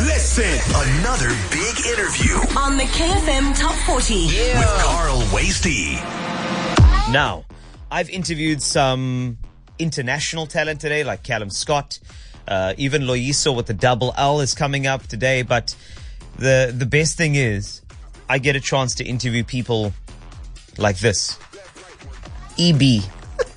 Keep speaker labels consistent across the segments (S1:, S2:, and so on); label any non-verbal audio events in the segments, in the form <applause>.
S1: Listen.
S2: Another big interview
S3: on the KFM Top 40.
S2: with Carl Wasty.
S1: Now, I've interviewed some international talent today, like Callum Scott. Uh, even Loiso with the double L is coming up today. But the the best thing is, I get a chance to interview people like this. EB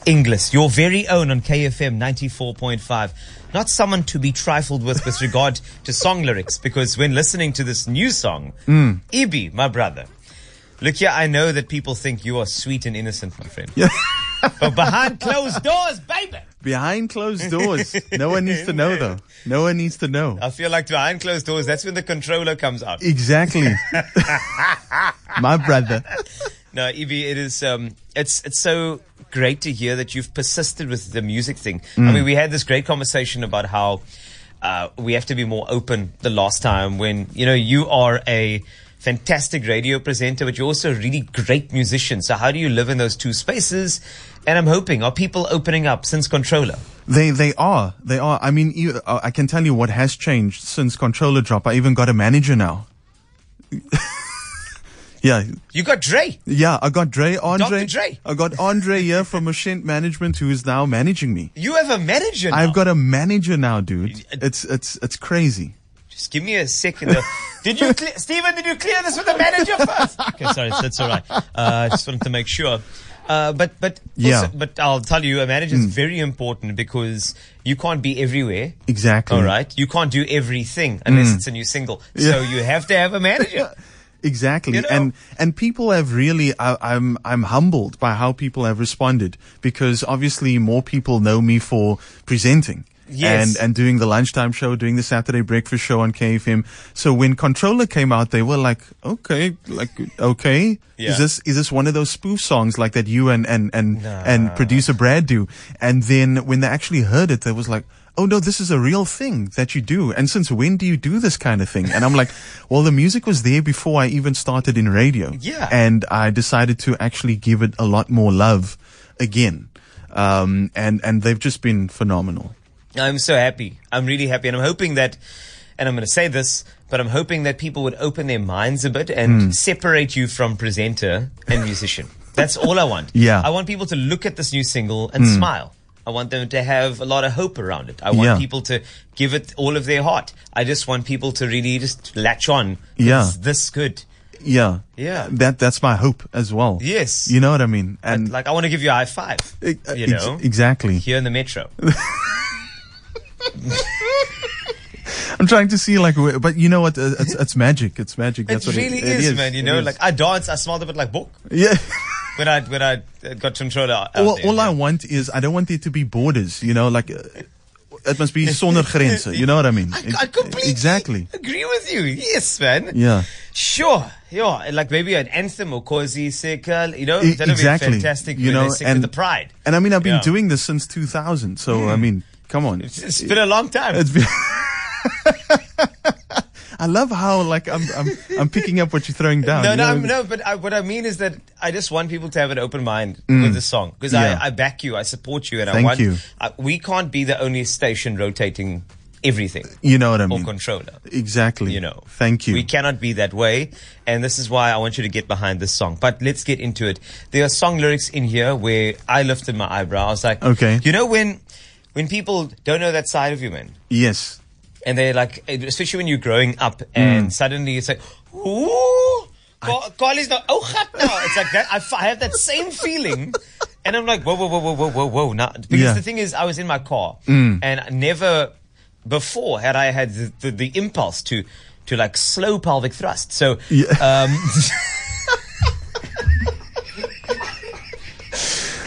S1: Inglis, your very own on KFM 94.5. Not someone to be trifled with with regard to song lyrics, because when listening to this new song, EB, my brother, look here, I know that people think you are sweet and innocent, my friend.
S4: Yeah.
S1: <laughs> but behind closed doors, baby.
S4: Behind
S1: <laughs>
S4: closed doors. No one needs to know, though. No one needs to know.
S1: I feel like behind closed doors, that's when the controller comes out. <laughs>
S4: Exactly. My brother.
S1: No, Evie, it is. Um, it's it's so great to hear that you've persisted with the music thing. I mean, we had this great conversation about how uh, we have to be more open. The last time when you know you are a fantastic radio presenter, but you're also a really great musician. So how do you live in those two spaces? And I'm hoping are people opening up since Controller?
S4: They they are. They are. I mean, you, uh, I can tell you what has changed since controller drop. I even got a manager now. <laughs> yeah.
S1: You got Dre.
S4: Yeah, I got Dre Andre.
S1: Dre.
S4: I got Andre here from Machine Management who is now managing me.
S1: You have a manager. Now.
S4: I've got a manager now, dude.
S1: Uh,
S4: It's it's it's crazy.
S1: Just give me a second.
S4: <laughs>
S1: Uh, did you, cle- Stephen? Did you clear this with the manager first? <laughs> okay, sorry, that's all right. Uh, I just wanted to make sure. Uh, but but
S4: Yeah. Hmm.
S1: also- but I'll tell you, a manager is very important because you can't be everywhere.
S4: Exactly. Hmm.
S1: All right, you can't do everything unless it's a new single. So you have to have a
S4: <laughs>
S1: manager.
S4: Exactly,
S1: You know?
S4: and and people have really. I, I'm I'm humbled by how people have responded because obviously more people know me for presenting.
S1: Yes.
S4: And and doing the lunchtime show, doing the Saturday breakfast show on KFM. So when Controller came out, they were like, okay, like okay,
S1: Yeah.
S4: is this is this one of those spoof songs like that you and and and and producer Brad do? And then when they actually heard it, they was like. Oh no, this is a real thing that you do. And since when do you do this kind of thing? And I'm like, <laughs> well, the music was there before I even started in radio.
S1: Yeah.
S4: And I decided to actually give it a lot more love again. Um, and, and they've just been phenomenal.
S1: I'm so happy. I'm really happy. And I'm hoping that, and I'm going to say this, but I'm hoping that people would open their minds a bit and
S4: Hmm.
S1: separate you from presenter and musician. That's all I want.
S4: Yeah. Hmm.
S1: I want people to look at this new single and smile. I want them to have a lot of hope around it. I want
S4: Yeah.
S1: people to give it all of their heart. I just want people to really just latch on.
S4: Yeah.
S1: It's this good.
S4: Yeah.
S1: Yeah.
S4: That, that's my hope as well.
S1: Yes.
S4: You know what I mean? And
S1: Like, I want to give you a high five,
S4: uh,
S1: you
S4: ex-
S1: know,
S4: exactly.
S1: here in the metro.
S4: I'm trying to see like, where, but you know what? Uh, It's, it's magic. It's magic. <laughs> That's
S1: <laughs> It
S4: what
S1: really
S4: it, it
S1: is, man. You
S4: It
S1: know,
S4: is.
S1: like I dance, I smiled a bit like Book. <laughs>
S4: yeah. <laughs>
S1: when I when I uh, got control out
S4: all,
S1: there.
S4: all I want is I don't want there to be borders. You know, like uh, it must be sonder grenzen. You know what I mean?
S1: <laughs> I, I completely <laughs>
S4: exactly.
S1: agree with you. Yes, man.
S4: Yeah.
S1: Sure. Yeah. and Like maybe an anthem or cozy circle. You know,
S4: E-
S1: that'll
S4: exactly.
S1: be fantastic.
S4: You
S1: when
S4: know,
S1: they sing with
S4: and-
S1: the pride.
S4: And I mean, I've been
S1: Yeah.
S4: doing this since 2000. So I mean, come on.
S1: It's been a long time.
S4: <laughs> It's been- <laughs> I love how like I'm I'm I'm picking up what you're throwing down.
S1: <laughs> no,
S4: you
S1: no,
S4: know?
S1: I'm- no. But I, what I mean is that I just want people to have an open mind with the song because
S4: Mm. Yeah.
S1: I, I back you, I support you, and I
S4: Thank
S1: want.
S4: you.
S1: I, we can't be the only station rotating everything
S4: You know what I
S1: or
S4: mean?
S1: controller.
S4: Exactly.
S1: you know.
S4: Thank you.
S1: We cannot be that way. And this is why I want you to get behind this song. But let's get into it. There are song lyrics in here where I lifted my eyebrow. I was like,
S4: Okay.
S1: You know when when people don't know that side of you, man?
S4: yes.
S1: And they're like especially when you're growing up and suddenly it's like, ooh, Carl is not oh gat now. It's like that I, f- I have that same feeling. And I'm like, whoa, whoa, whoa, whoa, whoa, whoa, whoa. Now, because
S4: Yeah.
S1: the thing is, I was in my car and I never before had I had the, the, the impulse to, to like slow pelvic thrust. So, um,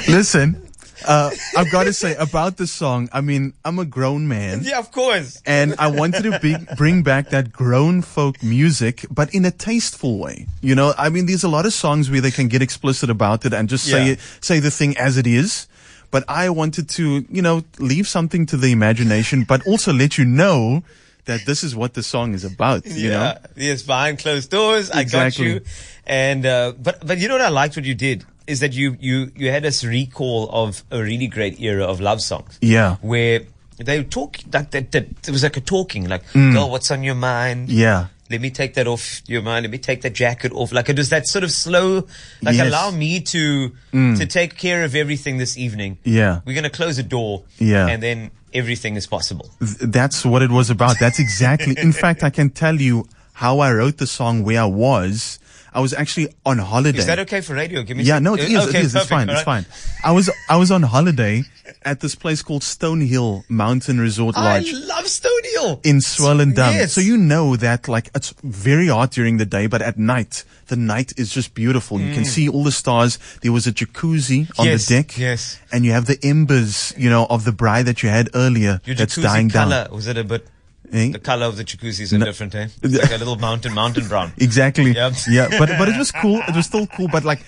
S4: Listen, uh, I've got to say about this song. I mean, I'm a grown man.
S1: <laughs> yeah, of course.
S4: and I wanted to be, bring back that grown folk music, but in a tasteful way. You know, I mean, there's a lot of songs where they can get explicit about it and just say
S1: Yeah.
S4: it, say the thing as it is. But I wanted to, you know, leave something to the imagination, but also let you know that this is what the song is about. You know,
S1: yes, behind closed doors. I got
S4: Exactly.
S1: you. And uh, but but you know what I liked what you did is that you you you had this recall of a really great era of love songs.
S4: Yeah.
S1: where They talk like that. that it was like a talking, like, "Girl, what's on your mind?
S4: Mm. Yeah.
S1: Let me take that off your mind. Let me take that jacket off." Like it was that sort of slow, like,
S4: Yes. Mm.
S1: "Allow me to to take care of everything this evening."
S4: Yeah.
S1: we're gonna close a door.
S4: Yeah.
S1: and then everything is possible.
S4: Th- That's what it was about. That's exactly.
S1: <laughs>
S4: In fact, I can tell you how I wrote the song where I was. I was actually on holiday.
S1: Is that okay for radio? Give me.
S4: Yeah,
S1: some-
S4: no, it is.
S1: Okay,
S4: it is. It's
S1: perfect,
S4: fine. It's
S1: all right.
S4: fine. I was I was on holiday at this place called Stonehill Mountain Resort Lodge.
S1: I love Stonehill
S4: in Swellendam.
S1: Yes.
S4: So you know that like it's very hot during the day, but at night, the night is just beautiful. You can see all the stars. There was a jacuzzi on
S1: Mm. Yes,
S4: the deck.
S1: yes.
S4: And you have the embers, you know, of the bride that you had earlier
S1: Your
S4: that's
S1: jacuzzi
S4: dying
S1: color
S4: down.
S1: was it a bit?
S4: Eh?
S1: The color of the jacuzzi is a different,
S4: <laughs>
S1: eh? It's like a little mountain, mountain brown.
S4: Exactly.
S1: Yep.
S4: Yeah. But,
S1: <laughs>
S4: but it was cool. It was still cool. But like,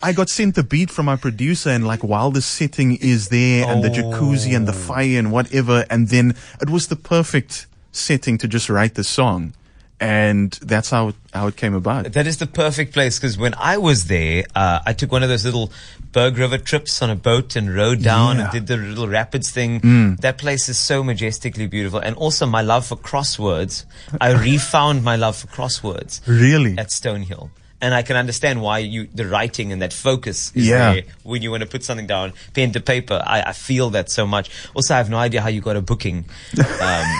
S4: I got sent the beat from my producer and like, while the setting is there and the jacuzzi and the
S1: Oh.
S4: fire and whatever. And then it was the perfect setting to just write the song. And that's how, it- how it came about.
S1: That is the perfect place because when I was there, uh, I took one of those little Berg River trips on a boat and rode down and
S4: Yeah. Mm.
S1: did the little rapids thing. That place is so majestically beautiful. And also my love for crosswords.
S4: <laughs>
S1: I refound my love for crosswords.
S4: Really?
S1: At Stonehill. And I can understand why you the writing and that focus is
S4: Yeah.
S1: there when you want to put something down, pen to paper. I, I feel that so much. Also, I have no idea how you got a booking.
S4: <laughs>
S1: Um,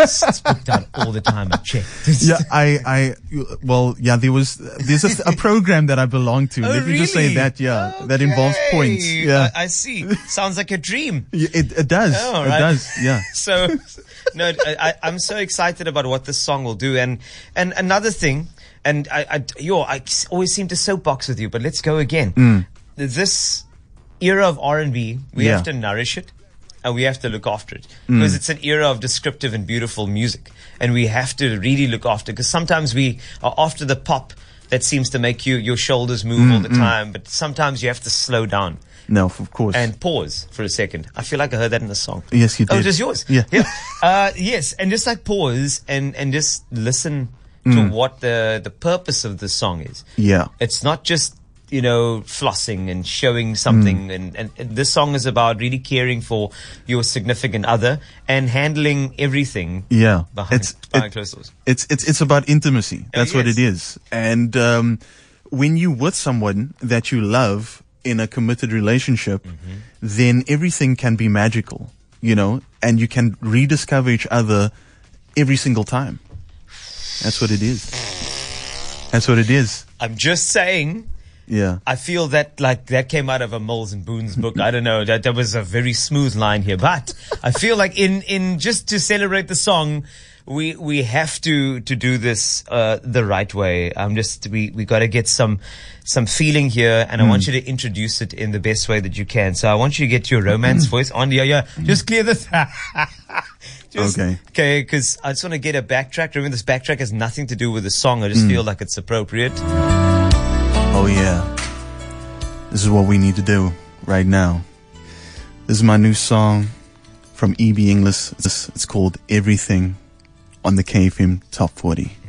S1: it's it's booked out all the time. I checked.
S4: yeah, I, I, well, yeah, there was, there's a, a program that I belong to.
S1: <laughs> Oh,
S4: Let me just say
S1: really?
S4: that, yeah, that involves points.
S1: Okay.
S4: Yeah.
S1: I, I see. Sounds like a
S4: <laughs>
S1: dream.
S4: Y- it, it does.
S1: Oh,
S4: It
S1: right.
S4: does. Yeah.
S1: <laughs> So, no, I, I- I'm so excited about what this song will do. And and another thing, and I, I yo, I s- always seem to soapbox with you, but let's go again.
S4: Mm.
S1: This era of R&B, we
S4: Yeah. Mm.
S1: have to nourish it. And we have to look after it because it's an era of descriptive and beautiful music, and we have to really look after. Because sometimes we are after the pop that seems to make you your shoulders move all
S4: Mm,
S1: the time, but sometimes you have to slow down
S4: No, of course.
S1: and pause for a second. I feel like I heard that in the song.
S4: Yes, you
S1: Oh, it
S4: did.
S1: was yours.
S4: Yeah.
S1: Uh, yes, and just like pause and and just listen to what the the purpose of the song is.
S4: Mm. Yeah.
S1: It's not just you know flossing and showing
S4: Mm.
S1: something, and, and and this song is about really caring for your significant other and handling everything.
S4: yeah.
S1: Behind, behind
S4: it-
S1: closed doors.
S4: It's it's it's about intimacy. That's what
S1: yes.
S4: it is. And um, when you with someone that you love in a committed relationship, then everything can be magical, you know, and you can rediscover each other every single time. That's what it is. That's what it is.
S1: I'm just saying.
S4: Yeah.
S1: I feel that like that came out of a Moles and Boone's book. I don't know that that was a very smooth line here, but I feel like in in just to celebrate the song, we we have to to do this uh, the right way. I'm just we we got to get some some feeling here, and I want you to introduce it in the best way that you can. So I want you to get your romance voice on. Yeah, yeah. Just clear this. <laughs> Just-
S4: Okay.
S1: Okay, because I just want to get a backtrack. Remember, this backtrack has nothing to do with the song. I just feel like it's appropriate.
S4: Oh, yeah. This is what we need to do right now. This is my new song E from EB English. It's, it's called Everything on the KFM Top 40.